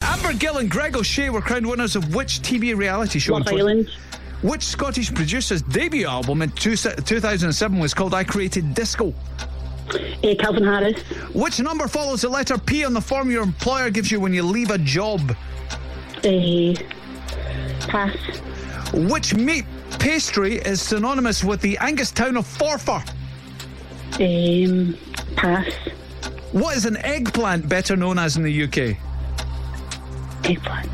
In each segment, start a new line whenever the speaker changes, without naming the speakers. Deborah Gill and Greg O'Shea were crowned winners of which TV reality show?
Love
in 20
Island.
Which Scottish producer's debut album in two, 2007 was called I Created Disco?
Uh, Calvin Harris.
Which number follows the letter P on the form your employer gives you when you leave a job?
Uh, pass.
Which meat pastry is synonymous with the Angus town of Forfar?
Um, pass.
What is an eggplant better known as in the UK?
Eggplant.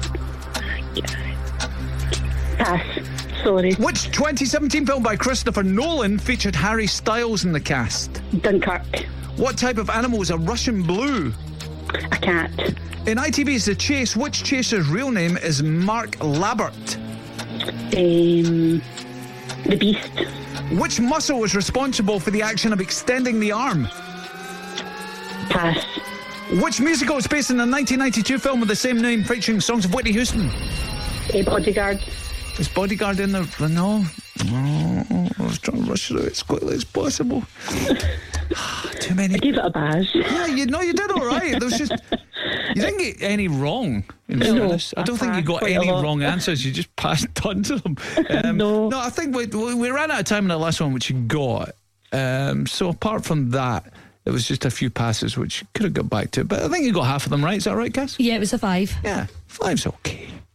Pass. Sorry.
Which 2017 film by Christopher Nolan featured Harry Styles in the cast?
Dunkirk.
What type of animal is a Russian blue?
A cat.
In ITV's The Chase, which chaser's real name is Mark Labert?
Um, the Beast.
Which muscle was responsible for the action of extending the arm?
Pass.
Which musical is based on the 1992 film with the same name featuring songs of Whitney Houston?
Uh, bodyguard.
Is Bodyguard in there? No. Oh, I was trying to rush through it as quickly as possible. Ah, Too many.
Give it a badge.
Yeah, you know, you did all right. There was just you didn't get any wrong. In fairness, I don't think you got
quite a
any
lot.
wrong answers. You just passed tons of them. Um,
No.
I think we, we we ran out of time in the last one, which you got. Um, so apart from that, it was just a few passes which you could have got back to. But I think you got half of them right. Is that right, Cass?
Yeah, it was a five.
Yeah, five's okay.